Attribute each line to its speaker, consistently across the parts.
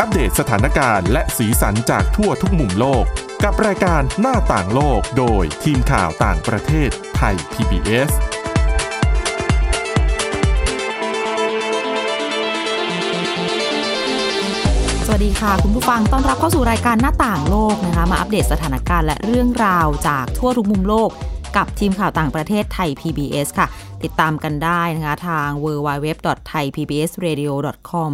Speaker 1: อัปเดตสถานการณ์และสีสันจากทั่วทุกมุมโลก กับรายการหน้าต่างโลกโดยทีมข่าวต่างประเทศไทย PBS
Speaker 2: สวัสดีค่ะ คุณผู้ฟังต้อนรับเข้าสู่รายการหน้าต่างโลกนะคะ มาอัปเดตสถานการณ์และเรื่องราวจากทั่วทุกมุมโลก กับทีมข่าวต่างประเทศไทย PBS ค่ะ ติดตามกันได้นะคะ ทาง www.thaipbsradio.com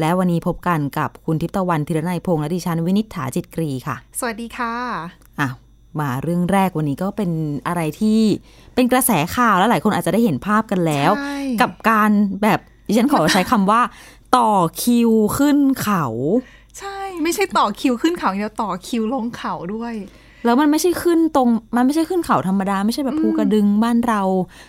Speaker 2: และวันนี้พบกันกับคุณทิพย์ตะวันธีรนัยพงษ์และดิฉันวินิษฐาจิตกรีค่ะ
Speaker 3: สวัสดีค่ะ
Speaker 2: อ่ะมาเรื่องแรกวันนี้ก็เป็นอะไรที่เป็นกระแสข่าวแล้วหลายคนอาจจะได้เห็นภาพกันแล้ว
Speaker 3: ใช่
Speaker 2: กับการแบบดิฉันขอ ใช้คำว่า ต่อคิวขึ้นเขา
Speaker 3: ใช่ ไม่ใช่ต่อคิวขึ้นเขาอย่างเดียวต่อคิวลงเขาด้วย
Speaker 2: แล้วมันไม่ใช่ขึ้นตรง มันไม่ใช่ขึ้นเขาธรรมดา ไม่ใช่แบบภูกระดึงบ้านเรา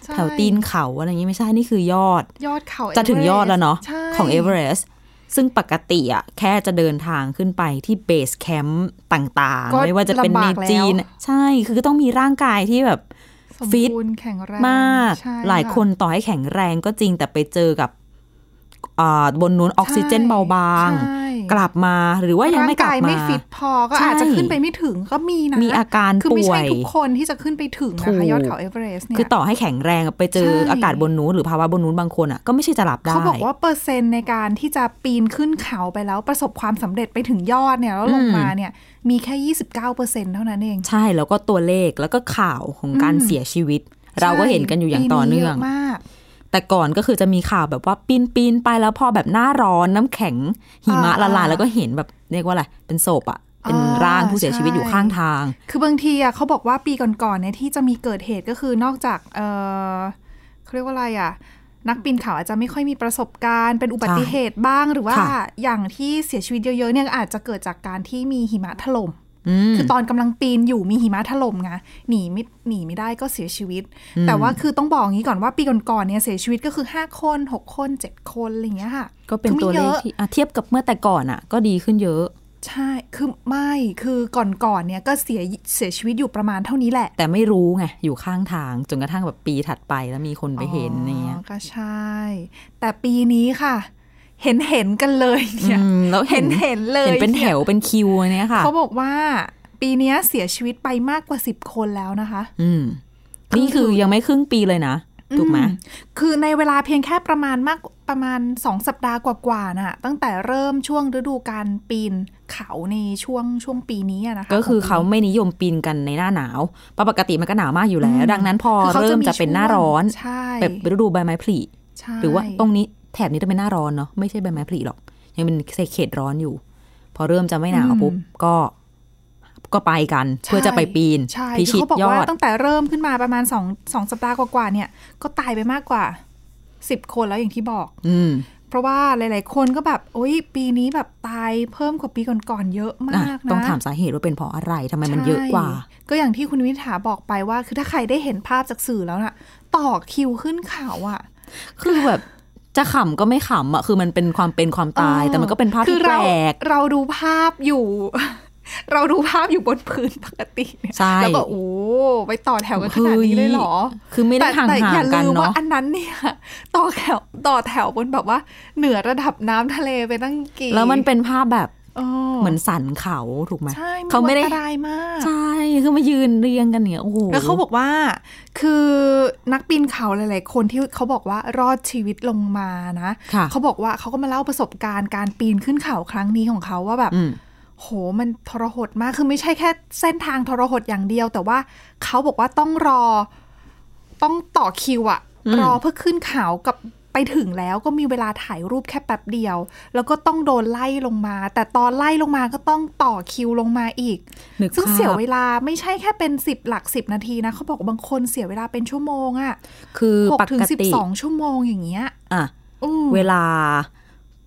Speaker 3: ใช่
Speaker 2: แถวตีนเขาอะไรอย่างนี้ไม่ใช่นี่คือยอด
Speaker 3: ยอดเขา
Speaker 2: จะถึงยอดแล้วเนาะ
Speaker 3: Everest
Speaker 2: ข
Speaker 3: ใช่
Speaker 2: องเอเวอเรสต์ซึ่งปกติอะแค่จะเดินทางขึ้นไปที่เบสแคมป์ต่าง
Speaker 3: ก็
Speaker 2: ๆ ไม่ว่าจะเป็น
Speaker 3: ลำ
Speaker 2: ใน
Speaker 3: บากแล้ว
Speaker 2: จีน ใช่คือก็ต้องมีร่างกายที่แบบ
Speaker 3: สม
Speaker 2: ฟิต
Speaker 3: บูรณ์แข็งแรง
Speaker 2: มาก
Speaker 3: ใช่
Speaker 2: หลายคนต่อให้แข็งแรงก็จริงแต่ไปเจอกับอ่าบนนู้นออกซิเจนเบาบาง
Speaker 3: ใช่
Speaker 2: กลับมาหรือว่ายังไม่กลับ
Speaker 3: ร่งย
Speaker 2: มา
Speaker 3: ไม่ฟิตพอก็
Speaker 2: ใช่
Speaker 3: อาจจะขึ้นไปไม่ถึงก็มีนะ
Speaker 2: มีอาการ
Speaker 3: คือไม่
Speaker 2: ป่ว
Speaker 3: ใช่
Speaker 2: ย
Speaker 3: ทุกคนที่จะขึ้นไปถึง
Speaker 2: ถู
Speaker 3: นะ
Speaker 2: ก
Speaker 3: คะยอดเขาเอเวอเรสต์เนี่ย
Speaker 2: คือต่อให้แข็งแรงอะไปเจอ
Speaker 3: ใช่
Speaker 2: อากาศบนนู้นหรือภาวะบนนู้นบางคนอ่ะก็ไม่ใช่จะหลับได้
Speaker 3: เขาบอกว่าเปอร์เซ็นต์ในการที่จะปีนขึ้นเขาไปแล้วประสบความสำเร็จไปถึงยอดเนี่ยแล้วลงมาเนี่ย มีแค่ 29%เท่านั้นเอง
Speaker 2: ใช่แล้วก็ตัวเลขแล้วก็ข่าวของการเสียชีวิต เราก็เห็นกันอยู่อย่างต่อเนื่อง
Speaker 3: ปียะมาก
Speaker 2: แต่ก่อนก็คือจะมีข่าวแบบว่าปีนปีนไปแล้วพอแบบหน้าร้อนน้ำแข็งหิมะ
Speaker 3: อ่า
Speaker 2: ละลายแล้วก็เห็นแบบเรียกว่าอะไรเป็นศพอ่ะเป็น
Speaker 3: อ่า
Speaker 2: ร่างผู้เสียชีวิตอยู่
Speaker 3: ใช่
Speaker 2: ข้างทาง
Speaker 3: คือบางทีอ่ะเขาบอกว่าปีก่อนๆเนี่ยที่จะมีเกิดเหตุก็คือนอกจากเออเขาเรียกว่าอะไรอ่ะ นักปีนเขาอาจจะไม่ค่อยมีประสบการณ์ เป็นอุบัติเหตุบ้างหรือว่า
Speaker 2: ค่ะ
Speaker 3: อย่างที่เสียชีวิตเยอะๆเนี่ยอาจจะเกิดจากการที่มีหิมะถล่ม
Speaker 2: อืม
Speaker 3: คือตอนกำลังปีนอยู่มีหิมะถล่มไงหนีไม่หนีไม่ได้ก็เสียชีวิต แต่ว่าคือต้องบอกอย่างนี้ก่อนว่าปีก่อนๆเนี่ยเสียชีวิตก็คือ 5 คน 6 คน 7 คนอะไรอย่างเงี้ยค่ะ
Speaker 2: ก็เป็น
Speaker 3: คือไม่
Speaker 2: ตัวเล
Speaker 3: ย
Speaker 2: ข
Speaker 3: อะ
Speaker 2: ที่อ่ะเทียบกับเมื่อแต่ก่อนอ่ะ ก็ดีขึ้นเยอะ
Speaker 3: ใช่ คือไม่ คือก่อนๆ เนี่ยก็เสียเสียชีวิตอยู่ประมาณเท่านี้แหละ
Speaker 2: แต่ไม่รู้ไงอยู่ข้างทางจนกระทั่งแบบปีถัดไปแล้วมีคนไปเห็นอะไรเงี้ย
Speaker 3: อ๋อก็ใช่ แต่ปีนี้ค่ะ เห็นเห็นๆกันเลยเนี่ย
Speaker 2: อืมแล้วเห็
Speaker 3: เห็นเห็นๆเลย
Speaker 2: เห็นเป็นแถ
Speaker 3: ยว
Speaker 2: เป็นคิวเนี้ยค่ะ
Speaker 3: เขาบอกว่า ปีเนี้ยเสียชีวิตไปมากกว่า 10 คนแล้วนะคะ
Speaker 2: อืม
Speaker 3: คือ
Speaker 2: นี่คือยังไม่ครึ่งปีเลยนะถูกไหม
Speaker 3: อืคือในเวลาเพียงแค่ประมาณมากประมาณ 2 สัปดาห์กว่าๆ น่ะ ตั้งแต่เริ่มช่วงฤดูการปีนเขาในช่วงช่วงปีนี้อะนะคะ
Speaker 2: ก็คือ
Speaker 3: ขงปี
Speaker 2: เขาไม่นิยมปีนกันในหน้าหนาวเพราะปกติมันก็หนาวมากอยู่แล้ว
Speaker 3: อืม
Speaker 2: ดังนั้นพอ
Speaker 3: คือขา
Speaker 2: เริ่มจะ
Speaker 3: มี
Speaker 2: เป็น
Speaker 3: ช่วง
Speaker 2: หน้าร้อน
Speaker 3: ใช่
Speaker 2: แบบฤดูใบไม้ผลิ
Speaker 3: ใช่
Speaker 2: หรือว่าตรงนี้แถบนี้จะเป็นหน้าร้อนเนาะไม่ใช่ใบไม้ผลิหรอก ยังเป็นเขตร้อนอยู่ พอเริ่มจะไม่หนาว
Speaker 3: อืม
Speaker 2: ปุ๊บก็ ก็ไปกันเพื่อจะไปปีน
Speaker 3: ใช่
Speaker 2: พิ
Speaker 3: คือ
Speaker 2: ชิต
Speaker 3: เขาบอก
Speaker 2: ยอ
Speaker 3: ว่า
Speaker 2: ด
Speaker 3: ตั้งแต่เริ่มขึ้นมาประมาณสองสองสัปดาห์กว่าๆเนี่ย ก็ตายไปมากกว่าสิบคนแล้วอย่างที่บอก
Speaker 2: อืม
Speaker 3: เพราะว่าหลาย ๆ คนก็แบบโอ๊ยปีนี้แบบตายเพิ่มกว่าปีก่อนๆเยอะมาก
Speaker 2: อ่ะ
Speaker 3: นะ
Speaker 2: ต้องถามสาเหตุว่าเป็นเพราะอะไรทำไมมันเยอะกว่า
Speaker 3: ใช่ก็อย่างที่คุณวิถาบอกไปว่า คือถ้าใครได้เห็นภาพจากสื่อแล้วน่ะ ต่อคิวขึ้นเขาอ่ะ
Speaker 2: คือแบบจะขำก็ไม่ขำอ่ะ คือมันเป็นความเป็นความตาย
Speaker 3: เออ
Speaker 2: แต่มันก็เป็นภาพ
Speaker 3: คื
Speaker 2: ที่
Speaker 3: อ
Speaker 2: แป
Speaker 3: เรา
Speaker 2: ลก
Speaker 3: เราดูภาพอยู่ เราดูภาพอยู่บนพื้นปกติเนี่ย
Speaker 2: ใช่
Speaker 3: แล้วก็โอ้ไปต่อแถวกันขนาดนี้เลยเหรอ
Speaker 2: คือไม่ได้ห่าง
Speaker 3: แต่แต่
Speaker 2: ห่า
Speaker 3: อง ย่า
Speaker 2: กัน
Speaker 3: ลืมว่า
Speaker 2: เนาะ
Speaker 3: อันนั้นเนี่ยต่อแถวต่อแถวบนแบบว่า เหนือระดับน้ำทะเลไปตั้งกี่
Speaker 2: แล้วมันเป็นภาพแบบ
Speaker 3: อ๋อ
Speaker 2: เหมือนสันเขาถูกไหม
Speaker 3: ใช่น
Speaker 2: เขาไม่ได้
Speaker 3: อันตรายมาก
Speaker 2: ใช่คือมายืนเรียงกันเนี่ยโอ้โห
Speaker 3: แล้วเขาบอกว่าคือนักปีนเขาหลาย ๆ คนที่เขาบอกว่ารอดชีวิตลงมานะ
Speaker 2: ค่ะ
Speaker 3: เขาบอกว่าเขาก็มาเล่าประสบการณ์การปีนขึ้นเขาครั้งนี้ของเขาว่าแบบ
Speaker 2: อืม
Speaker 3: โหมันทรหดมากคือไม่ใช่แค่เส้นทางทรหดอย่างเดียว แต่ว่าเขาบอกว่าต้องรอ ต้องต่อคิวอะรอเพื่อขึ้นเขากับไปถึงแล้วก็มีเวลาถ่ายรูปแค่แป๊บเดียว แล้วก็ต้องโดนไล่ลงมา แต่ตอนไล่ลงมาก็ต้องต่อคิวลงมาอีก
Speaker 2: นึก
Speaker 3: ซึ่งเสีย
Speaker 2: ภาพ
Speaker 3: เวลาไม่ใช่แค่เป็น 10 หลัก 10 นาทีนะเขาบอกว่าบางคนเสียเวลาเป็นชั่วโมงอะ
Speaker 2: คือ
Speaker 3: หก
Speaker 2: ป
Speaker 3: ถึง
Speaker 2: ก
Speaker 3: สิบ
Speaker 2: ติ
Speaker 3: สองชั่วโมงอย่างเงี้ย
Speaker 2: อ่ะ
Speaker 3: อืม
Speaker 2: เวลา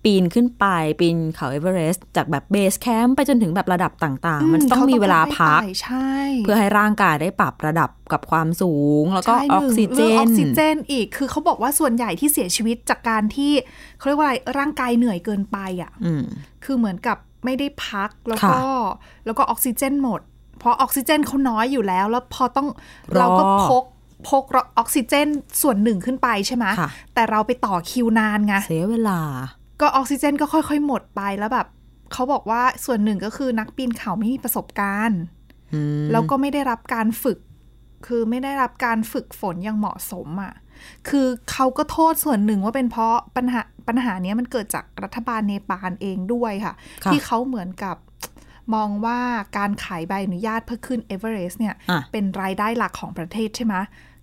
Speaker 2: ปีนขึ้นไปปีนเขาเอเวอเรสต์จากแบบเบสแคมป์ไปจนถึงแบบระดับต่าง ๆ มันจะต้อง
Speaker 3: เข
Speaker 2: มีเวลา
Speaker 3: ไล่
Speaker 2: พัก
Speaker 3: ไต่ใช่
Speaker 2: เพื่อให้ร่างกายได้ปรับระดับกับความสูง แล้วก็
Speaker 3: ใช่
Speaker 2: อ
Speaker 3: หนึ่
Speaker 2: อง กซิเจ
Speaker 3: เรื่องออน กซิเจนอีกคือเขาบอกว่าส่วนใหญ่ที่เสียชีวิตจากการที่เขาเรียกว่าอะไรร่างกายเหนื่อยเกินไปอ่ะ
Speaker 2: อืม
Speaker 3: คือเหมือนกับไม่ได้พักแล้ว
Speaker 2: ค่ะ
Speaker 3: ก็แล้วก็ออกซิเจนหมด เพราะออกซิเจนเขาน้อยอยู่แล้ว แล้วพอต้องเราก็
Speaker 2: รอ
Speaker 3: พกพกออกซิเจนส่วนหนึ่งขึ้นไปใช่ไหม
Speaker 2: ค่ะ
Speaker 3: แต่เราไปต่อคิวนานไง
Speaker 2: เสียเวลา
Speaker 3: ก็ออกซิเจนก็ค่อย ๆ หมดไปแล้วแบบ เขาบอกว่าส่วนหนึ่งก็คือนักปีนเขาไม่มีประสบการณ์
Speaker 2: อืม
Speaker 3: แล้วก็ไม่ได้รับการฝึก คือไม่ได้รับการฝึกฝนอย่างเหมาะสมอะ่ะ คือเขาก็โทษส่วนหนึ่งว่าเป็นเพราะปัญหาปัญหาเนี้ยมันเกิดจากรัฐบาลเนปาลเองด้วยค่ะ
Speaker 2: ค่ะ
Speaker 3: ที่เขาเหมือนกับมองว่าการขายใบอนุญาตเพื่อขึ้นเอเวอเรสต์เนี่ย
Speaker 2: อ่ะ
Speaker 3: เป็นรายได้หลักของประเทศใช่ไหม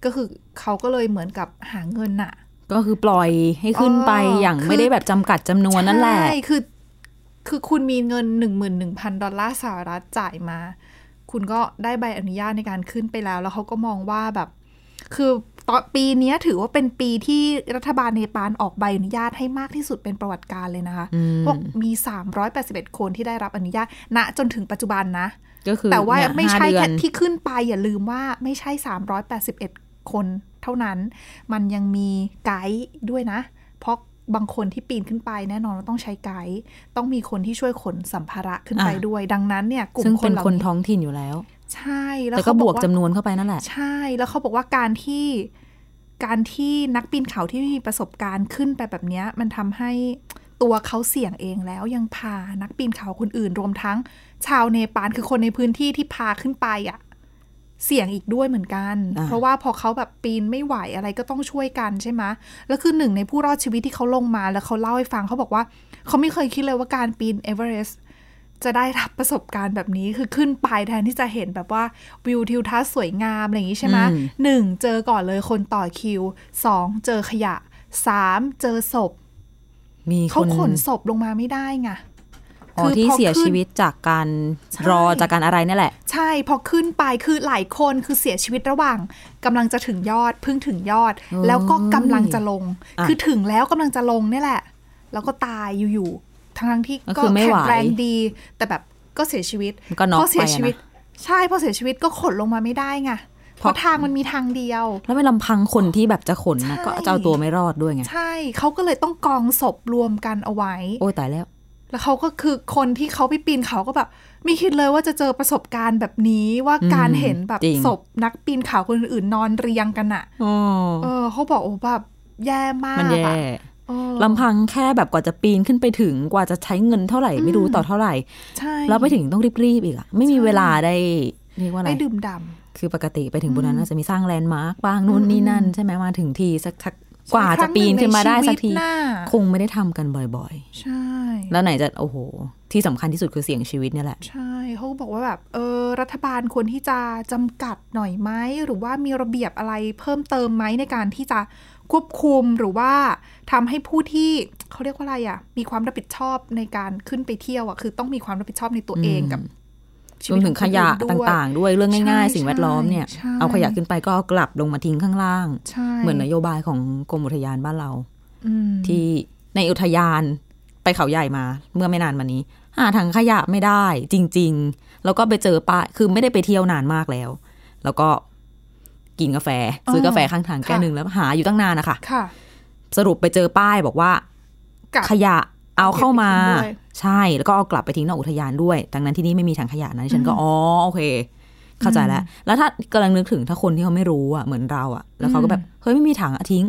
Speaker 3: ก็คือเขาก็เลยเหมือนกับหาเงินน่ะ
Speaker 2: ก็คือปล่อยให้ขึ้นไป
Speaker 3: อ๋ออ
Speaker 2: อย่าง
Speaker 3: คือ
Speaker 2: ไม่ได้แบบจำกัดจำนวนนั่นแหละ
Speaker 3: ใช่คือ คือคุณมีเงิน 11,000 ดอลลาร์สหรัฐจ่ายมา คุณก็ได้ใบอนุญาตในการขึ้นไปแล้ว แล้วเขาก็มองว่าแบบ คือตอนปีเนี้ยถือว่าเป็นปีที่รัฐบาลเนปาลออกใบอนุญาตให้มากที่สุดเป็นประวัติการเลยนะคะ
Speaker 2: อืม
Speaker 3: พวกมี 381 คนที่ได้รับอนุญาต ณ จนถึงปัจจุบันนะ
Speaker 2: ก็คือ
Speaker 3: แต่ว่า
Speaker 2: เนี่ย
Speaker 3: ไม่
Speaker 2: ห้
Speaker 3: ใช่
Speaker 2: เดือ
Speaker 3: แค่
Speaker 2: น
Speaker 3: ที่ขึ้นไปอย่าลืมว่าไม่ใช่ 381 คนเท่านั้น มันยังมีไกด์ด้วยนะ เพราะบางคนที่ปีนขึ้นไปแน่นอนว่าต้องใช้ไกด์ต้องมีคนที่ช่วยขนสัมภาระขึ้นไป
Speaker 2: อ่ะ
Speaker 3: ด้วย ดังนั้นเนี่ยกลุ่ม
Speaker 2: ซึ่ง
Speaker 3: ค
Speaker 2: เป็น น
Speaker 3: เหล่า
Speaker 2: คน
Speaker 3: นี้
Speaker 2: ท้องถิ่นอยู่แล้ว
Speaker 3: ใช่แล้ว
Speaker 2: แต่ก็
Speaker 3: เขา
Speaker 2: บ
Speaker 3: อ
Speaker 2: วกจำ
Speaker 3: าน
Speaker 2: วนเข้าไปนั่นแหละ
Speaker 3: ใช่แล้วเขาบอกว่าการที่การที่นักปีนเขาที่ไม่มีประสบการณ์ขึ้นไปแบบเนี้ยมันทำให้ตัวเขาเสี่ยงเองแล้วยังพานักปีนเขาคนอื่นรวมทั้ง ชาวเนปาลคือคนในพื้นที่ที่พาขึ้นไปอ่ะ เสี่ยงอีกด้วยเหมือนกัน
Speaker 2: อ่า
Speaker 3: เพราะว่าพอเขาแบบปีนไม่ไหวอะไรก็ต้องช่วยกันใช่ไหมแล้วคือหนึ่งในผู้รอดชีวิตที่เขาลงมาแล้วเขาเล่าให้ฟังเขาบอกว่าเขาไม่เคยคิดเลยว่าการปีนเอเวอเรสต์จะได้รับประสบการณ์แบบนี้คือขึ้นไปแทนที่จะเห็นแบบว่าวิวทิวทัศน์สวยงามอะไรอย่างนี้ใช่ไหมหนึ่งเจอก่อนเลยคนต่อคิวสองเจอขยะสามเจอศพ
Speaker 2: มีค
Speaker 3: เขา
Speaker 2: น
Speaker 3: ขนศพลงมาไม่ได้ไง
Speaker 2: อ๋อที่
Speaker 3: พอ
Speaker 2: เสีย
Speaker 3: ขึ้
Speaker 2: ชี
Speaker 3: น
Speaker 2: วิตจากการ
Speaker 3: ใช่
Speaker 2: รอจากการอะไรเนี่ยแหละ
Speaker 3: ใช่พอขึ้นไปคือหลายคนคือเสียชีวิตระหว่างกำลังจะถึงยอดเพิ่งถึงยอด
Speaker 2: โอ้ย
Speaker 3: แล้วก็กำลังจะลง
Speaker 2: อ่ะ
Speaker 3: คือถึงแล้วกำลังจะลงเนี่ยแหละ แล้วก็ตายอยู่ๆทั้งๆที่
Speaker 2: ก็คือไม่ไหว
Speaker 3: แข็งแรงดี แต่แบบก็เสียชีวิต
Speaker 2: มันก็น็อก
Speaker 3: พอเสีย
Speaker 2: ไปอะนะ
Speaker 3: ชีวิต ใช่พอเสียชีวิตก็ขนลงมาไม่ได้ไงเพ
Speaker 2: เพราะ
Speaker 3: ราะทางมันมีทางเดียว
Speaker 2: แล้วไม่ลำพังคนที่แบบจะขนนะ
Speaker 3: ใช่
Speaker 2: ก็จะเอาตัวไม่รอดด้วยไง
Speaker 3: ใช่เขาก็เลยต้องกองศพรวมกันเอาไว้
Speaker 2: โอ้ยตายแล้ว
Speaker 3: แล้วเขาก็คือคนที่เขาไปปีนเขาก็แบบ ไม่คิดเลยว่าจะเจอประสบการณ์แบบนี้ว่าการ
Speaker 2: อืม
Speaker 3: เห็นแบบ
Speaker 2: จริง
Speaker 3: ศพนักปีนเขาคนอื่นๆนอนเรียงกันอะ
Speaker 2: อ๋อ
Speaker 3: เออเขาบอกโอ้แบบแย่มาก
Speaker 2: มันแย่
Speaker 3: อะเออ
Speaker 2: ลำพังแค่แบบกว่าจะปีนขึ้นไปถึงกว่าจะใช้เงินเท่าไหร่ ไม่รู้ต่อเท่าไหร่
Speaker 3: ใช่
Speaker 2: แล้วไปถึงต้องรีบๆอีกอะไม่มี
Speaker 3: ใช่
Speaker 2: เวลาได้เรียกว่าอะไร
Speaker 3: ได้ดื่มด
Speaker 2: คือปกติไปถึงบนนั้น
Speaker 3: อืม
Speaker 2: อาจจะมีสร้างแลนด์มาร์กบ้างนู่นนี่นั่น ใช่ไหมมาถึงทีสักทัก
Speaker 3: ำ
Speaker 2: กว่าจะปีนขึ้นมาได้สักที
Speaker 3: ใช่
Speaker 2: คงไม่ได้ทำกันบ่อย
Speaker 3: ใช่
Speaker 2: ๆ แล้วไหนจะโอ้โห ที่สำคัญที่สุดคือเสี่ยงชีวิตเนี่ยแหละ
Speaker 3: ใช่เขาก็บอกว่าแบบเออรัฐบาลควรที่จะจำกัดหน่อยไหมหรือว่ามีระเบียบอะไรเพิ่มเติมไหมในการที่จะควบคุมหรือว่าทำให้ผู้ที่เขาเรียกว่าอะไรอะมีความรับผิดชอบในการขึ้นไปเที่ยวอะคือต้องมีความรับผิดชอบในตัวเองกับ
Speaker 2: รวมถึงขยะต่างๆ ด้วยเรื่องง่าย
Speaker 3: ใช่
Speaker 2: ๆ สิ่งแวดล้อมเนี่ย
Speaker 3: ใช่
Speaker 2: เอาขยะขึ้นไปก็เอากลับลงมาทิ้งข้างล่าง
Speaker 3: ๆใช่
Speaker 2: เหมือนนโยบายของกรมอุทยานบ้านเรา
Speaker 3: อืม
Speaker 2: ที่ในอุทยานไปเขาใหญ่มา เมื่อไม่นานมานี้หาถังขยะไม่ได้จริง ๆ แล้วก็ไปเจอป้ายคือไม่ได้ไปเที่ยวนานมากแล้ว แล้วก็กินกาแฟ ซื้อกาแฟข้างทางแก้วหนึ่งแล้วหาอยู่ตั้งนานนะคะ
Speaker 3: ค่ะ
Speaker 2: สรุปไปเจอป้ายบอกว่า
Speaker 3: กับ
Speaker 2: ขยะเอาเข้ามา
Speaker 3: เก็บไปทิ้งด้วย
Speaker 2: ใช่แล้วก็เอากลับไปทิ้งนอกอุทยานด้วย ดังนั้นที่นี่ไม่มีถังขยะนะดิฉันก็
Speaker 3: อืม
Speaker 2: อ๋อโอเค เข้าใจแล้ว แล้วถ้ากำลังนึกถึงถ้าคนที่เขาไม่รู้อ่ะเหมือนเราอ่ะ แล้วเขาก็แบบ
Speaker 3: อืม
Speaker 2: เฮ้ยไม่มีถังอะทิ้ง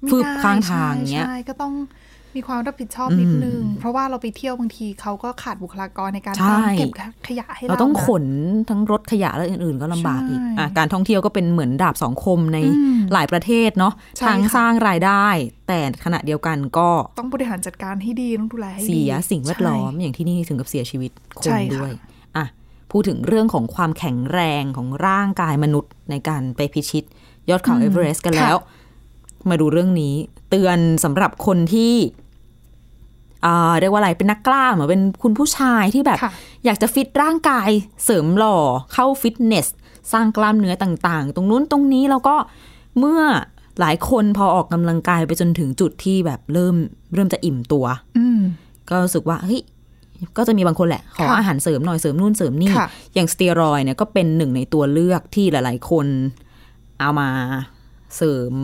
Speaker 3: ไม่
Speaker 2: ฟืบ
Speaker 3: ได้
Speaker 2: ข้างทาง
Speaker 3: ใช่
Speaker 2: เงี้ย
Speaker 3: ใช่ก็ต้องมีความรับผิดชอบนิดนึง เพราะว่าเราไปเที่ยวบางทีเขาก็ขาดบุคลากรในการ
Speaker 2: ใช่
Speaker 3: ตามเก็บขยะให้
Speaker 2: เรา
Speaker 3: เรา
Speaker 2: ต้อง
Speaker 3: ะ
Speaker 2: ขนทั้งรถขยะและอื่นๆ ก็ลำบากอีก
Speaker 3: ใช่
Speaker 2: อ่ะการท่องเที่ยวก็เป็นเหมือนดาบสองคมใน
Speaker 3: อืม
Speaker 2: หลายประเทศเนาะ
Speaker 3: ใช่
Speaker 2: ทั้ง
Speaker 3: ค่ะ
Speaker 2: สร้างรายได้ แต่ขณะเดียวกันก็
Speaker 3: ต้องบริหารจัดการให้ดีต้องดูแลให้ดี
Speaker 2: เสียสิ่งแวดล้อม
Speaker 3: ใช่
Speaker 2: อย่างที่นี่ถึงกับเสียชีวิตค
Speaker 3: ใช่
Speaker 2: น
Speaker 3: ค่ะ
Speaker 2: ด้วยอ่ะพูดถึงเรื่องของความแข็งแรงของร่างกายมนุษย์ในการไปพิชิต ยอดเขาเอเวอเรสต์กันแล้ว มาดูเรื่องนี้ เตือนสำหรับคนที่อ่าเรียกว่าอะไรเป็นนักกล้ามเหมือนเป็นคุณผู้ชายที่แบบ
Speaker 3: ค่ะ
Speaker 2: อยากจะฟิตร่างกายเสริมหล่อเข้าฟิตเนส สร้างกล้ามเนื้อต่างๆ ตรงนู้นตรงนี้แล้วก็เมื่อหลายคนพอออกกำลังกายไปจนถึงจุดที่แบบเริ่มเริ่มจะอิ่มตัว
Speaker 3: อืม
Speaker 2: ก็รู้สึกว่าเฮ้ยก็จะมีบางคนแหละ ขอ
Speaker 3: ค่ะ
Speaker 2: อาหารเสริมหน่อยเสริมนู่นเสริมนี่
Speaker 3: ค่ะ
Speaker 2: อย่างสเตียรอยด์เนี่ยก็เป็นหนึ่งในตัวเลือกที่หลาย ๆ คนเอามาเสริม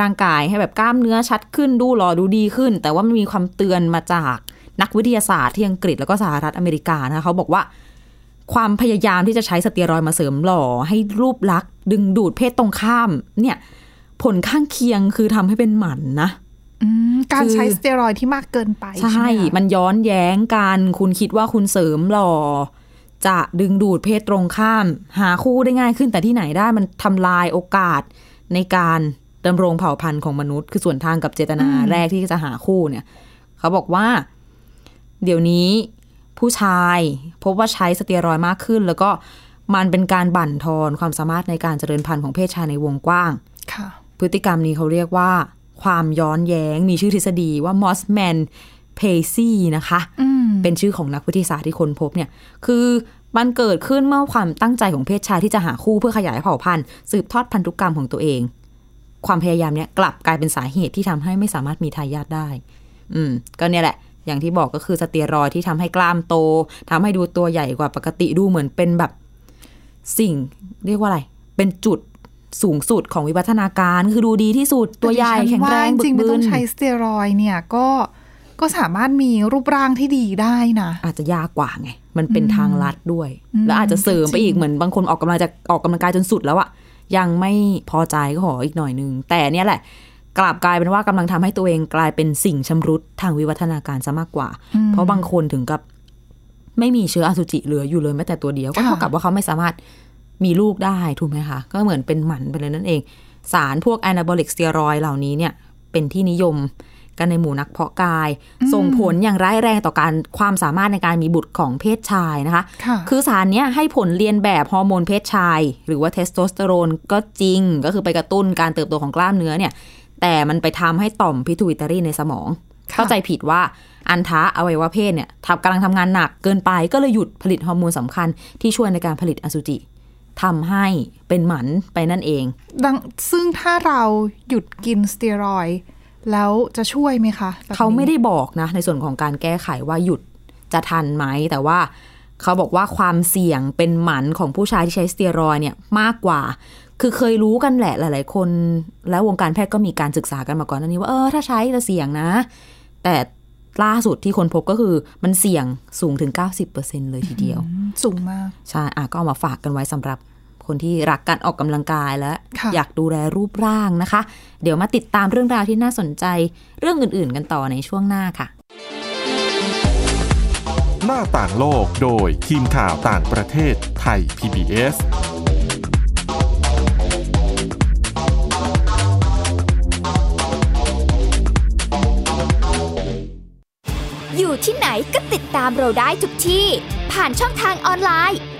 Speaker 2: ร่างกายให้แบบกล้ามเนื้อชัดขึ้นดูหล่อดูดีขึ้น แต่ว่ามันมีความเตือนมาจากนักวิทยาศาสตร์ที่อังกฤษแล้วก็สหรัฐอเมริกานะคะเขาบอกว่า ความพยายามที่จะใช้สเตียรอยด์มาเสริมหล่อให้รูปลักษณ์ดึงดูดเพศตรงข้ามเนี่ยผลข้างเคียงคือทำให้เป็นหมันนะ
Speaker 3: อืมการใช้
Speaker 2: คือ
Speaker 3: สเตียรอยด์ที่มากเกินไป
Speaker 2: ใช่
Speaker 3: ไหมคะ
Speaker 2: มันย้อนแย้งกัน คุณคิดว่าคุณเสริมหล่อ จะดึงดูดเพศตรงข้าม หาคู่ได้ง่ายขึ้นแต่ที่ไหนได้มันทำลายโอกาสในการดำรงเผ่าพันธุ์ของมนุษย์ คือส่วนทางกับเจตนาแรกที่จะหาคู่เนี่ย เขาบอกว่า เดี๋ยวนี้ผู้ชายพบว่าใช้สเตียรอยด์มากขึ้น แล้วก็มันเป็นการบั่นทอนความสามารถในการเจริญพันธุ์ของเพศชายในวงกว้าง
Speaker 3: ค่ะ
Speaker 2: พฤติกรรมนี้เขาเรียกว่า ความย้อนแย้งมีชื่อทฤษฎีว่ามอสแมนเพซี่นะคะ
Speaker 3: อืม
Speaker 2: เป็นชื่อของนักวิทยาศาสตร์ที่ค้นพบเนี่ย คือมันเกิดขึ้นเมื่อความตั้งใจของเพศชายที่จะหาคู่เพื่อขยายเผ่าพันธุ์ สืบทอดพันธุกรรมของตัวเอง ความพยายามเนี่ยกลับกลายเป็นสาเหตุที่ทำให้ไม่สามารถมีทายาทได้ อืม ก็เนี่ยแหละ อย่างที่บอกก็คือสเตียรอยด์ที่ทำให้กล้ามโตทำให้ดูตัวใหญ่กว่าปกติดูเหมือนเป็นแบบ สิ่งเรียกว่าอะไร เป็นจุดสูงสุดของวิวัฒนาการคือดูดีที่สุดตัวใหญ่
Speaker 3: ต่ดิฉั
Speaker 2: แข็
Speaker 3: น
Speaker 2: งแรง
Speaker 3: ว่า
Speaker 2: บึ
Speaker 3: จริ
Speaker 2: ก
Speaker 3: งๆไม่
Speaker 2: บึ
Speaker 3: ต้อง
Speaker 2: น
Speaker 3: ใช้สเตียรอยด์เนี่ยก็ก็สามารถมีรูปร่างที่ดีได้นะ
Speaker 2: อาจจะยากกว่าไง มันเป็นทางลัดด้วย
Speaker 3: อืม
Speaker 2: แล้วอาจจะเสริมไปอีกเหมือนบางคนออกกำลังจะออกกำลังกายจนสุดแล้วอะยังไม่พอใจก็ขออีกหน่อยนึง แต่เนี่ยแหละ กลับกลายเป็นว่ากำลังทำให้ตัวเองกลายเป็นสิ่งชำรุดทางวิวัฒนาการซะมากกว่า เพราะบางคนถึงกับไม่มีเชื้ออสุจิเหลืออยู่เลยแม้แต่ตัวเดียวก็เท่ากับว่าเขาไม่สามารถมีลูกได้ถูกไหมคะ ก็เหมือนเป็นหมันไปเลยนั่นเอง สารพวกแอนาบอลิกสเตียรอยเหล่านี้เนี่ย เป็นที่นิยมกันในหมู่นักเพาะกาย ส่งผลอย่างร้ายแรงต่อการความสามารถในการมีบุตรของเพศชายนะคะ
Speaker 3: ค่ะ
Speaker 2: คือสารเนี้ยให้ผลเรียนแบบฮอร์โมนเพศชาย หรือว่าเทสโทสเตอโรนก็จริง ก็คือไปกระตุ้นการเติบโตของกล้ามเนื้อเนี่ย แต่มันไปทำให้ต่อมพิทูวิตารีในสมอง
Speaker 3: ค่ะ
Speaker 2: เข้าใจผิดว่าอันทะอวัยวะเพศเนี่ยทำกำลังทำงานหนักเกินไปก็เลยหยุดผลิตฮอร์โมนสำคัญที่ช่วยในการผลิตอสุจิทำให้เป็นหมันไปนั่นเอง
Speaker 3: ดังซึ่งถ้าเราหยุดกินสเตียรอยด์แล้วจะช่วยไหมคะแบบนี้
Speaker 2: เขาไม่ได้บอกนะ ในส่วนของการแก้ไขว่าหยุดจะทันไหม แต่ว่าเขาบอกว่าความเสี่ยงเป็นหมันของผู้ชายที่ใช้สเตียรอยด์เนี่ยมากกว่า คือเคยรู้กันแหละหลาย ๆ คน แล้ววงการแพทย์ก็มีการศึกษากันมาก่อนหน้านี้ว่าเออถ้าใช้จะเสี่ยงนะ แต่ล่าสุดที่คนพบก็คือมันเสี่ยงสูงถึง 90%เลยทีเดียว
Speaker 3: สูงมาก
Speaker 2: ใช่อ่ะก็เอามาฝากกันไว้สำหรับคนที่รักการออกกำลังกายและ
Speaker 3: ค่ะ
Speaker 2: อยากดูแลรูปร่างนะคะ เดี๋ยวมาติดตามเรื่องราวที่น่าสนใจเรื่องอื่น ๆ กันต่อในช่วงหน้าค่ะ
Speaker 1: หน้าต่างโลกโดยทีมข่าวต่างประเทศไทย PBS
Speaker 4: อยู่ที่ไหนก็ติดตามเราได้ทุกที่ ผ่านช่องทางออนไลน์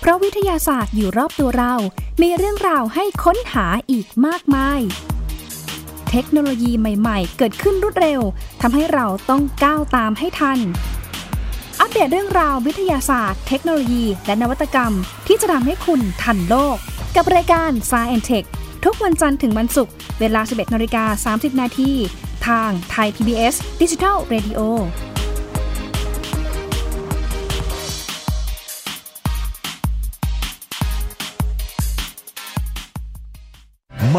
Speaker 5: เพราะวิทยาศาสตร์อยู่รอบตัวเรา มีเรื่องราวให้ค้นหาอีกมากมาย เทคโนโลยีใหม่ๆ เกิดขึ้นรวดเร็ว ทำให้เราต้องก้าวตามให้ทัน อัปเดตเรื่องราววิทยาศาสตร์ เทคโนโลยี และนวัตกรรม ที่จะทำให้คุณทันโลก กับรายการ s ซ e n t e c h ทุกวันจันทร์ถึงวันศุกร์ เวลา 11นาฬิกา30 นาทีทางไทย PBS Digital Radio
Speaker 6: ม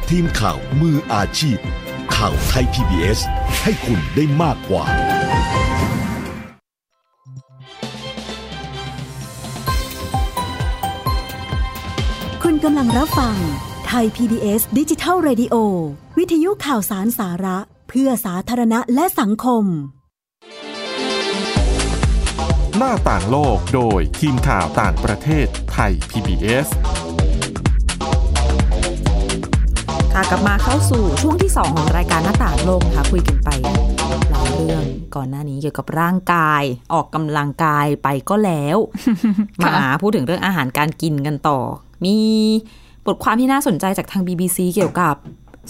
Speaker 6: ทีมข่าวมืออาชีพ ข่าวไทย PBS ให้คุณได้มากกว่า
Speaker 7: คุณกำลังรับฟังไทย PBS ดิจิทัล Radio วิทยุข่าวสารสาระ เพื่อสาธารณะและสังคม
Speaker 1: หน้าต่างโลกโดยทีมข่าวต่างประเทศไทย PBS
Speaker 2: ค่ะ ค่ะกลับมาเข้าสู่ช่วงที่ 2 ของรายการหน้าต่างโลกนะคะคุยกันไปหลายเรื่องก่อนหน้านี้เกี่ยวกับร่างกายออกกำลังกายไปก็แล้ว มาพูดถึงเรื่องอาหารการกินกันต่อ มีบทความที่น่าสนใจจากทาง BBC เกี่ยวกับ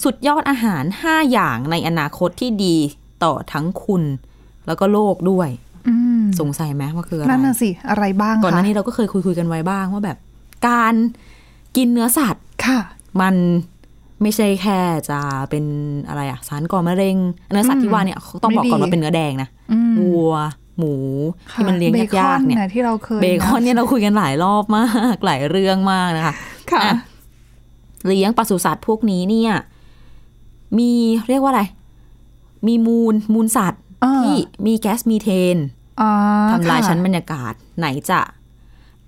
Speaker 2: สุดยอดอาหาร 5 อย่างในอนาคตที่ดีต่อทั้งคุณ แล้วก็โลกด้วย
Speaker 3: อืม
Speaker 2: สงสัยไหมว่าคืออะไร
Speaker 3: นั่นน่ะสิ อะไรบ้าง
Speaker 2: ก่อนหน้า
Speaker 3: คะ
Speaker 2: นี้เราก็เคยคุยคุยๆกันไว้บ้างว่าแบบ การกินเนื้อสัตว์
Speaker 3: ค่ะ
Speaker 2: มันไม่ใช่แค่จะเป็นอะไรอะสารก่อมะเร็ง เนื้อสัตว์ที่ว่าเนี่ยเขาต้องบอกก่อน
Speaker 3: ไม่ดี
Speaker 2: ว่าเป็นเนื้อแดงนะ
Speaker 3: อืม
Speaker 2: วัว หมู ที่มันเลี้ยง
Speaker 3: บค
Speaker 2: ยา
Speaker 3: อก น
Speaker 2: ๆเนี่ย
Speaker 3: ะที่เราเคย
Speaker 2: เบคอนเนี่ยเราคุยกันหลายรอบมาก หลายเรื่องมากนะคะ
Speaker 3: ค่ะ
Speaker 2: อ่ะ เลี้ยงปศุสัตว์พวกนี้เนี่ย มีเรียกว่าอะไร มีมูลมูลสัตว์
Speaker 3: อ่า
Speaker 2: ที่มีแก๊สมีเทน
Speaker 3: อ่
Speaker 2: ทำลาย
Speaker 3: ค่ะ
Speaker 2: ชั้นบรรยากาศไหนจะ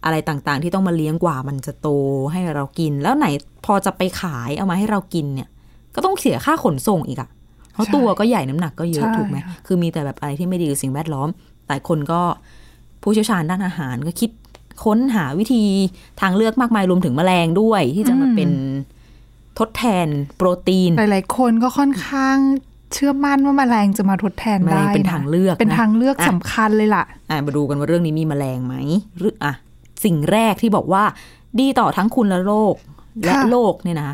Speaker 2: อะไรต่างๆ ที่ต้องมาเลี้ยงกว่ามันจะโตให้เรากิน แล้วไหนพอจะไปขายเอามาให้เรากินเนี่ย ก็ต้องเสียค่าขนส่งอีกอะเพราะตัวก็ใหญ่น้ำหนักก็เยอะ
Speaker 3: ใช่
Speaker 2: ถูกไหม
Speaker 3: ค่ะ
Speaker 2: คือมีแต่แบบอะไรที่ไม่ดีกับสิ่งแวดล้อมหลายคนก็ผู้เชี่ยวชาญด้านอาหารก็คิดค้นหาวิธีทางเลือกมากมายรวมถึงแมลงด้วย ที่จะมาเป็นทดแทนโปรตีน
Speaker 3: หลายๆคนก็ค่อนข้างเชื่อมั่นว่าแมลงจะมาทดแทน
Speaker 2: แมล
Speaker 3: ได้
Speaker 2: งเป็นทางเลือก
Speaker 3: เป็น
Speaker 2: นะ
Speaker 3: ทางเลือก
Speaker 2: อ่ะ
Speaker 3: สำคัญเลยล่ะ
Speaker 2: อ่ะมาดูกันว่าเรื่องนี้มีแมลงไหมหรืออ่ะสิ่งแรกที่บอกว่า ดีต่อทั้งคุณและโลก และ
Speaker 3: ค่ะ
Speaker 2: โลกเนี่ยนะ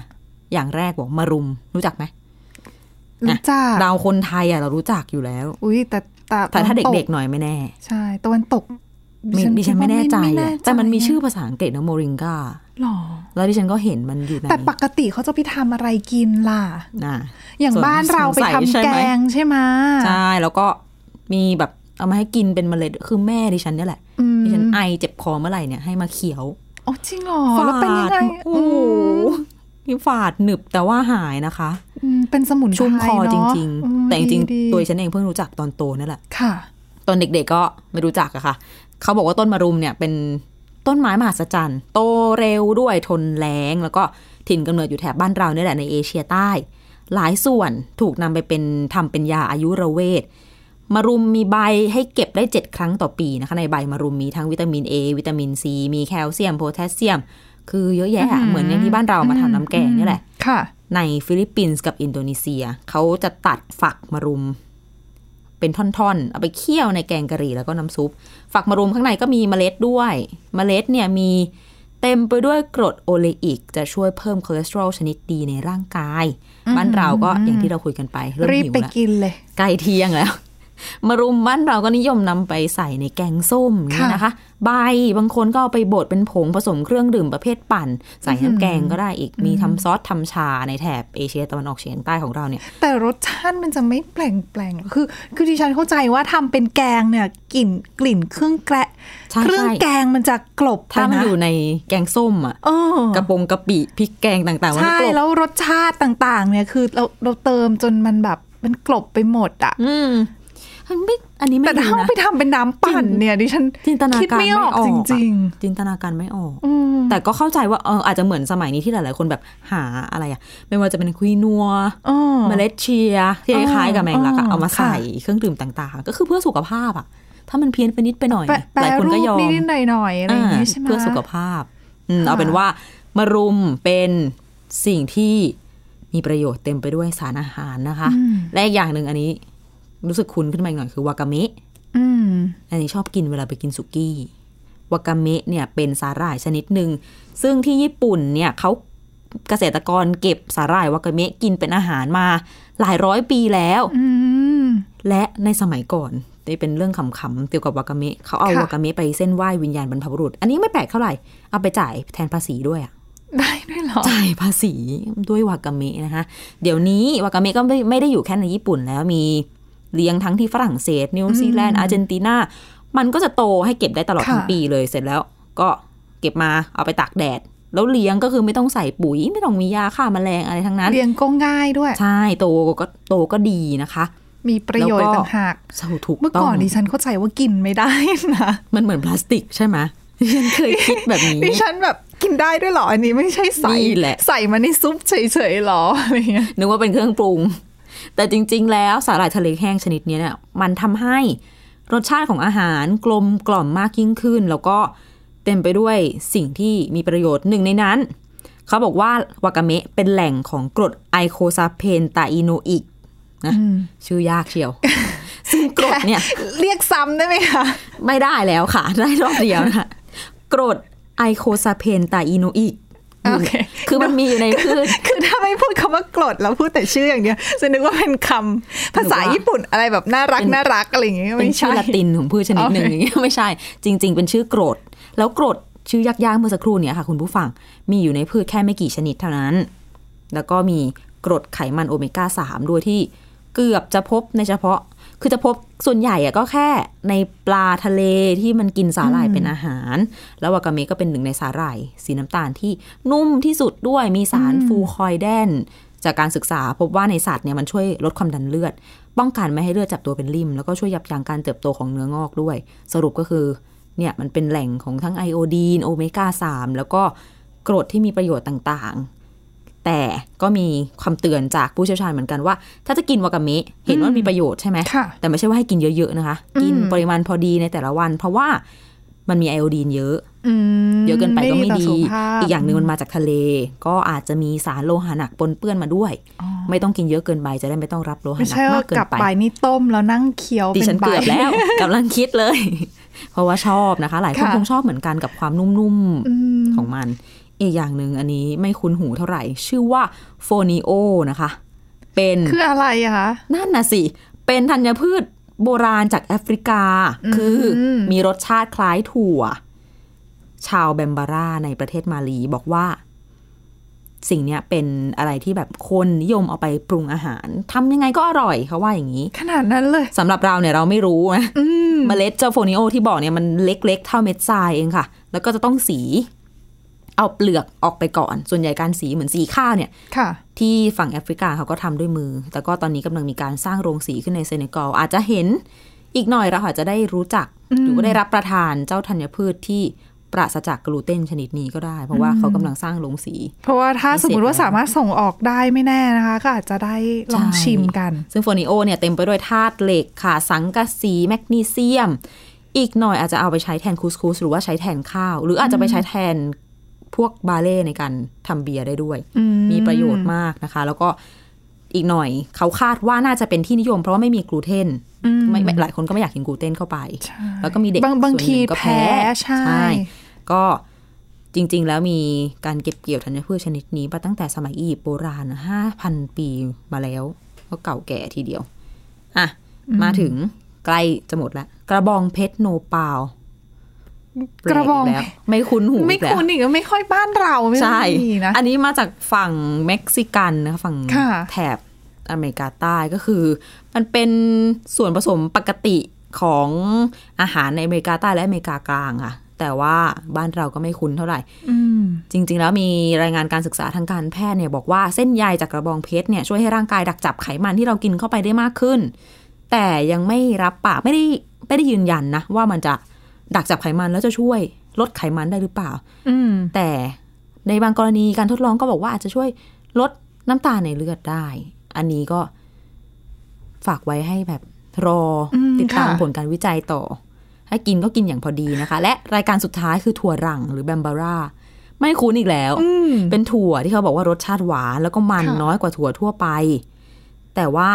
Speaker 2: อย่างแรกบอกมารุม รู้จักไหม
Speaker 3: รู้จัก
Speaker 2: เราคนไทยอ่ะเรารู้จักอยู่แล้ว
Speaker 3: อุ้ยแต่แต่
Speaker 2: แต่ถ้า
Speaker 3: ตะวันต
Speaker 2: เด็กๆหน่อยไม่แน่
Speaker 3: ๆใช่ตะวันตก
Speaker 2: มีดิฉันไม่
Speaker 3: คิดว่า
Speaker 2: แน่ใจ
Speaker 3: ไม่
Speaker 2: อะ
Speaker 3: น่
Speaker 2: แต่มันมี
Speaker 3: ใจะ
Speaker 2: ชื่อภาษาอังกฤษนะโมริงกา
Speaker 3: หรอ
Speaker 2: แล้วดิฉันก็เห็นมันอยู่ใน
Speaker 3: แต่ปกติเขาจะไปทำอะไรกินล่ะ
Speaker 2: น่ะ
Speaker 3: อย่าง
Speaker 2: สง
Speaker 3: บ้านเราไป
Speaker 2: ส
Speaker 3: ทำ
Speaker 2: งสัยใช่
Speaker 3: แก
Speaker 2: ไหม
Speaker 3: งใช่ไหม
Speaker 2: ใช่แล้วก็มีแบบเอามาให้กินเป็นเมล็ดคือแม่ดิฉันเนี่ยแหละ
Speaker 3: อืม
Speaker 2: ดิฉันไอเจ็บคอเมื่อไหร่เนี่ยให้มาเขียว
Speaker 3: โอ้จริงเหรอแล้วเป็นยังไง
Speaker 2: โอ้โหนี่ฝาดหนึบแต่ว่าหายนะคะ
Speaker 3: อืมเป็นสมุนไพร
Speaker 2: ชุ่มคอจริง
Speaker 3: เนอะอืม
Speaker 2: ๆ แต่จริง
Speaker 3: ดี
Speaker 2: ๆตัวฉันเองเพิ่งรู้จักตอนโตนั่นแหละ
Speaker 3: ค่ะ
Speaker 2: ตอนเด็กๆก็ไม่รู้จักอะค่ะ เขาบอกว่าต้นมะรุมเนี่ยเป็นต้นไม้มหัศจรรย์ โตเร็วด้วยทนแล้ง แล้วก็ถิ่นกำเนิดอยู่แถบบ้านเราเนี่ยแหละในเอเชียใต้ หลายส่วนถูกนำไปเป็นทำเป็นยาอายุรเวท มะรุมมีใบให้เก็บได้ 7 ครั้งต่อปีนะคะ ในใบมะรุมมีทั้งวิตามิน A วิตามิน C มีแคลเซียมโพแทสเซียม คือเยอะแยะอะเหมือนอย่างที่บ้านเรามาทำน้ำแกงเนี่ยแหละ
Speaker 3: ค่ะ
Speaker 2: ในฟิลิปปินส์กับอินโดนีเซีย เขาจะตัดฝักมะรุม เป็นท่อนๆ เอาไปเคี่ยวในแกงกะหรี่แล้วก็น้ำซุป ฝักมะรุมข้างในก็มีเมล็ดด้วย เมล็ดเนี่ยมีเต็มไปด้วยกรดโอเลอิก จะช่วยเพิ่มคอเลสเตอรอลชนิดดีในร่างกายบ้านเราก็อย่างที่เราคุยกันไปเริ่ม
Speaker 3: รีบ
Speaker 2: หิว
Speaker 3: ไป
Speaker 2: ละ
Speaker 3: กินเลย
Speaker 2: ใกล้เที่ยงแล้ว มะรุมบ้านเราก็นิยมนำไปใส่ในแกงส้มอย่างนี่
Speaker 3: ค่ะ
Speaker 2: นะคะ ใบบางคนก็เอาไปบดเป็นผงผสมเครื่องดื่มประเภทปั่น ใส่น้ำแกงก็ได้อีกมีทำซอสทำชาในแถบเอเชียตะวันออกเฉียงใต้ของเราเนี่ย
Speaker 3: แต่รสชาติมันจะไม่แปลงแปลงๆหรอกคือ คือดิฉันเข้าใจว่าทำเป็นแกงเนี่ยกลิ่นกลิ่นเครื่องแกะ
Speaker 2: ใช่
Speaker 3: เครื่อง
Speaker 2: ใช่
Speaker 3: แกงมันจะกลบ
Speaker 2: ถ้ามัน
Speaker 3: ไปะ
Speaker 2: อยู่ในแกงส้มอ่ะ
Speaker 3: เออก
Speaker 2: ระปงกะปิพริกแกงต่างๆ มัน
Speaker 3: ใช่
Speaker 2: กลบ
Speaker 3: แล้วรสชาติต่างๆ เนี่ยคือเราเราเติมจนมันแบบมันกลบไปหมดอ่ะ
Speaker 2: อืมมันไม่อันนี้
Speaker 3: แต่
Speaker 2: ไม่ดี
Speaker 3: ถ้าเอา
Speaker 2: นะ
Speaker 3: ไปทำเป็นน้ำปั่นเนี่ยดิฉัน
Speaker 2: จินตนาการ
Speaker 3: คิดไม่ออก
Speaker 2: ไม่ออกอะ
Speaker 3: จริง
Speaker 2: จินตนาการไม่ออก
Speaker 3: ๆ อืม
Speaker 2: แต่ก็เข้าใจว่าเอออาจจะเหมือนสมัยนี้ที่หลาย ๆ คนแบบหาอะไรอ่ะ ไม่ว่าจะเป็นคุยนัว
Speaker 3: อ๋อ
Speaker 2: เมล็ดเชียร์ที่คล้ายๆกับแมงลักอะ
Speaker 3: อ๋อ
Speaker 2: เอามาใส่
Speaker 3: ค่ะ
Speaker 2: เครื่องดื่มต่างๆ ก็คือเพื่อสุขภาพอะถ้ามันเพี้ยนไปนิดไปหน่อย
Speaker 3: แปรแปร
Speaker 2: หลายคน
Speaker 3: รู
Speaker 2: ก็
Speaker 3: ป
Speaker 2: ยอม
Speaker 3: นิดๆหน่อยๆอะไรอย่างนี้ใช่ไหม
Speaker 2: เพื่อสุขภาพอืม
Speaker 3: ค่ะ
Speaker 2: เอาเป็นว่ามารุมเป็นสิ่งที่มีประโยชน์เต็มไปด้วยสารอาหารนะคะ และอีกอย่างหนึ่งอันนี้รู้สึกคุ้นขึ้นมาอีกหน่อยคือวากาเมะ
Speaker 3: อืม
Speaker 2: อันนี้ชอบกินเวลาไปกินสุกี้วากาเมะเนี่ยเป็นสาหร่ายชนิดหนึ่ง ซึ่งที่ญี่ปุ่นเนี่ยเขาเกษตรกรเก็บสาหร่ายวากาเมะกินเป็นอาหารมาหลายร้อยปีแล้ว
Speaker 3: อืม
Speaker 2: และในสมัยก่อนนี่เป็นเรื่องขำๆเกี่ยวกับวากาเมะเขาเอา
Speaker 3: ค่ะ
Speaker 2: วากาเมะไปเส้นไหว้วิญญาณบรรพบุรุษ อันนี้ไม่แปลกเท่าไหร่ เอาไปจ่ายแทนภาษีด้วยอะ
Speaker 3: ได้ด้วยเหรอ
Speaker 2: จ่ายภาษีด้วยวากาเมะนะคะ เดี๋ยวนี้วากาเมะก็ไม่ไม่ได้อยู่แค่ในญี่ปุ่นแล้วมีเลี้ยงทั้งที่ฝรั่งเศส นิวซีแลนด์อาร์เจนตินา มันก็จะโตให้เก็บได้ตลอด
Speaker 3: ค่ะ
Speaker 2: ทั้งปีเลยเสร็จแล้วก็เก็บมาเอาไปตากแดด แล้วเลี้ยงก็คือไม่ต้องใส่ปุ๋ย ไม่ต้องมียาฆ่าแมลงอะไรทั้งนั้น
Speaker 3: เรียงก็ง่ายด้วย
Speaker 2: ใช่โตก็โตก็ดีนะคะ
Speaker 3: มีประโยชน์ต่างหาก
Speaker 2: เศร้าถูก
Speaker 3: เมื่อ
Speaker 2: ต้
Speaker 3: ก่
Speaker 2: อ
Speaker 3: อน
Speaker 2: ง
Speaker 3: ดิฉันเข้าใจว่ากินไม่ได้นะ
Speaker 2: มันเหมือนพลาสติกใช่ไหมดิฉันเคยคิดแบบนี้
Speaker 3: ดิฉันแบบกินได้ด้วยเหรอ อันนี้ไม่ใช่ใส่
Speaker 2: นี่แหละ
Speaker 3: ใส่มาในซุปเฉยๆเหรออะไรเงี้ย
Speaker 2: นึกว่าเป็นเครื่องปรุง แต่จริง ๆ แล้วสาหร่ายทะเลแห้งชนิดเนี้ยเนี่ยมันทำให้รสชาติของอาหารกลมกล่อมมากยิ่งขึ้น แล้วก็เต็มไปด้วยสิ่งที่มีประโยชน์หนึ่งในนั้น เขาบอกว่าวากาเมะเป็นแหล่งของกรดไอโคซาเพนไตาอิโนอิกนะชื่อยากเชียว ซึ่งกรดเนี่ย
Speaker 3: เรียกซ้ำได้ไหมคะ
Speaker 2: ไม่ได้แล้วค่ะ ได้รอบเดียวนะคะกรดไอโคซาเพนไตาอิโนอิก
Speaker 3: โอเค
Speaker 2: คือมันมีอยู่ในพืช
Speaker 3: คือถ้าไม่พูดคำว่ากรดแล้วพูดแต่ชื่ออย่างเดียวจะนึกว่าเป็นคำภาษาญี่ปุ่นอะไรแบบน่ารัก
Speaker 2: เป็น
Speaker 3: น่ารักอะไรอย่างเงี้ย
Speaker 2: เป็
Speaker 3: ไม่
Speaker 2: นชื่
Speaker 3: ใช่
Speaker 2: อละตินของพืชชนิดหนึ่ง
Speaker 3: โอเค
Speaker 2: อย่างเงี้ยไม่ใช่ จริง ๆ เป็นชื่อกรด แล้วกรดชื่อยากๆเมื่อสักครู่เนี่ยค่ะ คุณผู้ฟังมีอยู่ในพืชแค่ไม่กี่ชนิดเท่านั้น แล้วก็มีกรดไขมันโอเมก้า3ด้วยที่เกือบจะพบในเฉพาะ คือจะพบส่วนใหญ่อะก็แค่ในปลาทะเลที่มันกินสาหร่ายเป็นอาหาร แล้ววากาเมะก็เป็นหนึ่งในสาหร่าย สีน้ำตาลที่นุ่มที่สุดด้วยมีสารฟูคอยแดน จากการศึกษาพบว่าในสัตว์เนี่ยมันช่วยลดความดันเลือด ป้องกันไม่ให้เลือดจับตัวเป็นริ่ม แล้วก็ช่วยยับยั้งการเติบโตของเนื้องอกด้วย สรุปก็คือเนี่ยมันเป็นแหล่งของทั้งไอโอดีนโอเมก้า3แล้วก็กรดที่มีประโยชน์ต่างๆ แต่ก็มีความเตือนจากผู้เชี่ยวชาญเหมือนกันว่า ถ้าจะกินวากาเมะเห็นว่ามีประโยชน์ใช่ไหม
Speaker 3: ค่ะ
Speaker 2: แต่ไม่ใช่ว่าให้กินเยอะ ๆ นะคะ กินปริมาณพอดีในแต่ละวัน เพราะว่ามันมีไอโอดีนเยอะ
Speaker 3: อืม
Speaker 2: เยอะเกินไปก็ไม่
Speaker 3: ต่อ
Speaker 2: ดี
Speaker 3: สุขภพ
Speaker 2: อีกอย่างหนึ่งมันมาจากทะเล ก็อาจจะมีสารโลหะหนักปนเปื้อนมาด้วย ไม่ต้องกินเยอะเกินไปจะได้ไม่ต้องรับโลหะห
Speaker 3: ไม่
Speaker 2: นั
Speaker 3: ใช่
Speaker 2: กมา
Speaker 3: ว่าก
Speaker 2: เกิ
Speaker 3: ก
Speaker 2: น
Speaker 3: ลับ
Speaker 2: ไป
Speaker 3: ไปนี่ต้มแล้วนั่งเคี้ยว
Speaker 2: ดิ
Speaker 3: เป็
Speaker 2: ฉั
Speaker 3: น
Speaker 2: น
Speaker 3: ใบ
Speaker 2: เกือบ แล้ว กำลังคิดเลย เพราะว่าชอบนะคะ หลายคน
Speaker 3: ค่ะ
Speaker 2: คงชอบเหมือนกันกับความนุ่ม
Speaker 3: อืม
Speaker 2: ๆของมัน อีกอย่างหนึ่งอันนี้ไม่คุ้นหูเท่าไหร่ ชื่อว่าโฟนิโอนะคะ เป็น
Speaker 3: คืออะไรอะคะ
Speaker 2: นั่นน่ะสิ เป็นธัญพืชโบราณจากแอฟริกา คือมีรสชาติคล้ายถั่ว ชาวแบมบาร่าในประเทศมาลีบอกว่า สิ่งเนี้ยเป็นอะไรที่แบบคนนิยมเอาไปปรุงอาหารทำยังไงก็อร่อยเขาว่าอย่างนี้
Speaker 3: ขนาดนั้นเลย
Speaker 2: สำหรับเราเนี่ยเราไม่รู้นะเมล็ดเจ้าโฟนิโอที่บอกเนี่ยมันเล็กๆ เท่าเม็ดทรายเองค่ะ แล้วก็จะต้องสี เอาเปลือกออกไปก่อน ส่วนใหญ่การสีเหมือนสีข้าวเนี่ย
Speaker 3: ค่ะ
Speaker 2: ที่ฝั่งแอฟริกาเขาก็ทำด้วยมือ แต่ก็ตอนนี้กำลังมีการสร้างโรงสีขึ้นในเซเนกัลอาจจะเห็นอีกหน่อยเราอาจจะได้รู้จัก หรือว่าได้รับประทานเจ้าธัญพืชที่ปราศจากกลูเตนชนิดนี้ก็ได้ เพราะว่าเขากำลังสร้างโรงสี
Speaker 3: เพราะว่าถ้า
Speaker 2: พิเศษ
Speaker 3: สมมติว่าสามารถส่งออกได้ไม่แน่นะคะ ก็อาจจะได้ลองชิมกัน
Speaker 2: ซึ่งโฟนิโอเนี่ยเต็มไปด้วยธาตุเหล็กค่ะ สังกะสี แมกนีเซียม อีกหน่อยอาจจะเอาไปใช้แทนคูสคูสหรือว่าใช้แทนข้าว หรืออาจจะไปใช้แทนพวกบาเล่ในการทำเบียร์ได้ด้วย มีประโยชน์มากนะคะ แล้วก็อีกหน่อยเขาคาดว่าน่าจะเป็นที่นิยม เพราะว่าไม่มีกลูเตนไม่ไม่หลายคนก็ไม่อยากกินกลูเตนเข้าไป แล้วก็มีเด็ก
Speaker 3: บางบาง
Speaker 2: ส่วนหนึ่
Speaker 3: ที
Speaker 2: ก็
Speaker 3: แพ้ใช่
Speaker 2: ก็จริง ๆ แล้วมีการเก็บเกี่ยวธัญพืชชนิดนี้มาตั้งแต่สมัยอียิปต์โบราณห้าพันะ5,000 ปีมาแล้ว ก็เก่าแก่ทีเดียว อ่ะ มาถึงใกล้จะหมดละกระบองเพชรโนเปาล
Speaker 3: กระบอง
Speaker 2: แปลกกแล้ว ไม่คุ้นหู
Speaker 3: ไม่
Speaker 2: อีกแล้ว
Speaker 3: คุ้นอีกแล้วไม่ค่อยบ้านเราไม่
Speaker 2: ใช่
Speaker 3: มีนะ
Speaker 2: อันนี้มาจากฝั่งเม็กซิกันนะคะฝั่ง
Speaker 3: ค่ะ
Speaker 2: แถบอเมริกาใต้ก็คือ มันเป็นส่วนผสมปกติของอาหารในอเมริกาใต้และอเมริกากลางค่ะ แต่ว่าบ้านเราก็ไม่คุ้นเท่าไหร่ จริง ๆ แล้วมีรายงานการศึกษาทางการแพทย์เนี่ยบอกว่าเส้นใยจากกระบองเพชรเนี่ยช่วยให้ร่างกายดักจับไขมันที่เรากินเข้าไปได้มากขึ้น แต่ยังไม่รับปากไม่ได้ไม่ได้ยืนยันนะว่ามันจะดักจับไขมันแล้วจะช่วยลดไขมันได้หรือเปล่า
Speaker 3: อืม
Speaker 2: แต่ในบางกรณีการทดลองก็บอกว่าอาจจะช่วยลดน้ำตาลในเลือดได้ อันนี้ก็ฝากไว้ให้แบบรออ
Speaker 3: ม
Speaker 2: ติดตาม
Speaker 3: ค่ะ
Speaker 2: ผลการวิจัยต่อ ให้กินก็กินอย่างพอดีนะคะ และรายการสุดท้ายคือถั่วรังหรือแบมบาร่า ไม่คุ้นอีกแล้ว
Speaker 3: อืม
Speaker 2: เป็นถั่วที่เขาบอกว่ารสชาติหวานแล้วก็มัน
Speaker 3: ค่ะ
Speaker 2: น้อยกว่าถั่วทั่วไป แต่ว่า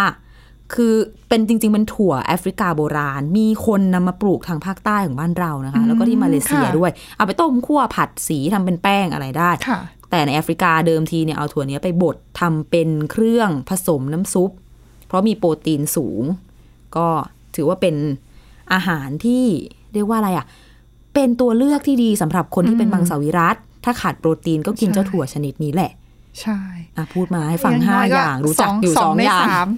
Speaker 2: คือเป็นจริง ๆ เป็นถั่วแอฟริกาโบราณ มีคนนำมาปลูกทางภาคใต้ของบ้านเรานะคะ แล้วก็ที่มาเลเซียด้วย เอาไปต้มคั่วผัดสีทำเป็นแป้งอะไรได้
Speaker 3: ค่ะ
Speaker 2: แต่ในแอฟริกาเดิมทีเนี่ยเอาถั่วเนี้ยไปบดทำเป็นเครื่องผสมน้ำซุป เพราะมีโปรตีนสูง ก็ถือว่าเป็นอาหารที่เรียกว่าอะไรอะ่ะ เป็นตัวเลือกที่ดีสำหรับคนที่เป็นมังสวิรัตถ้าขาดโปรตีนก็กินเจ้าถั่วชนิดนี้แหละ
Speaker 3: ใช่
Speaker 2: อ่ะพูดมาให้ฟังห้า
Speaker 3: น้
Speaker 2: อย่างรู้จักอยู่สอง
Speaker 3: ใน
Speaker 2: อย่าง
Speaker 3: สาม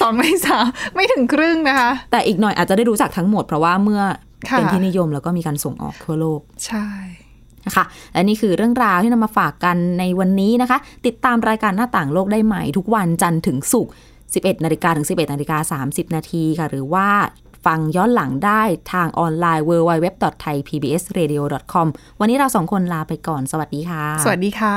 Speaker 3: สองในสามไม่ถึงครึ่งนะคะ
Speaker 2: แต่อีกหน่อยอาจจะได้รู้จักทั้งหมดเพราะว่าเมื่อเป็น
Speaker 3: ค่ะ
Speaker 2: ที่นิยมแล้วก็มีการส่งออกทั่วโลก
Speaker 3: ใช่
Speaker 2: นะคะและนี่คือเรื่องราวที่นำมาฝากกันในวันนี้นะคะ ติดตามรายการหน้าต่างโลกได้ใหม่ ทุกวันจันทร์ถึงศุกร์ 11นาฬิกาถึง 11นาฬิกา30 นาทีค่ะ หรือว่าฟังย้อนหลังได้ทางออนไลน์ www.thaipbsradio.com วันนี้เราสองคนลาไปก่อน สวัสดีค่ะ
Speaker 3: สวัสดีค่ะ